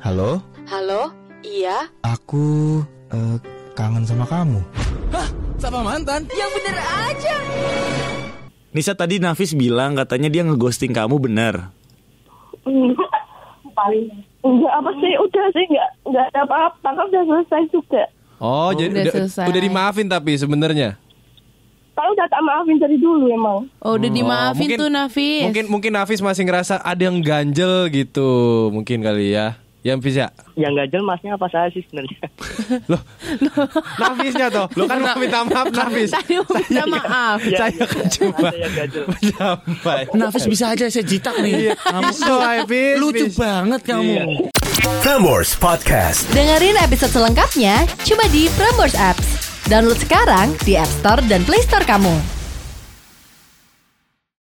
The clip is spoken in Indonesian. Halo, Halo, iya, aku eh, kangen sama kamu. Sama mantan? yang bener aja. Nisa tadi Nafis bilang katanya dia ngeghosting kamu benar. paling enggak apa sih Hmm. udah sih enggak enggak ada apa-apa kan udah selesai juga Oh, jadi Udah udah, selesai. udah dimaafin tapi sebenarnya. kalau udah tak maafin dari dulu emang Oh, udah Oh, dimaafin mungkin- tuh Nafis. Mungkin mungkin Nafis masih ngerasa ada yang ganjel gitu, mungkin kali ya. Yang bisa. Yang nggak jelasnya apa saya sih sebenarnya? Loh, Nafisnya toh. Lo kan mau minta maaf Nafis. Tadi mau minta maaf. Saya kan cuma Ada yang nggak jelas. mencapai. Iya. Nafis bisa aja saya jitak nih. Kamu Bisa, Nafis. lucu bisa. banget kamu. Prambors Podcast. Dengerin episode selengkapnya cuma di Prambors Apps. Download sekarang di App Store dan Play Store kamu.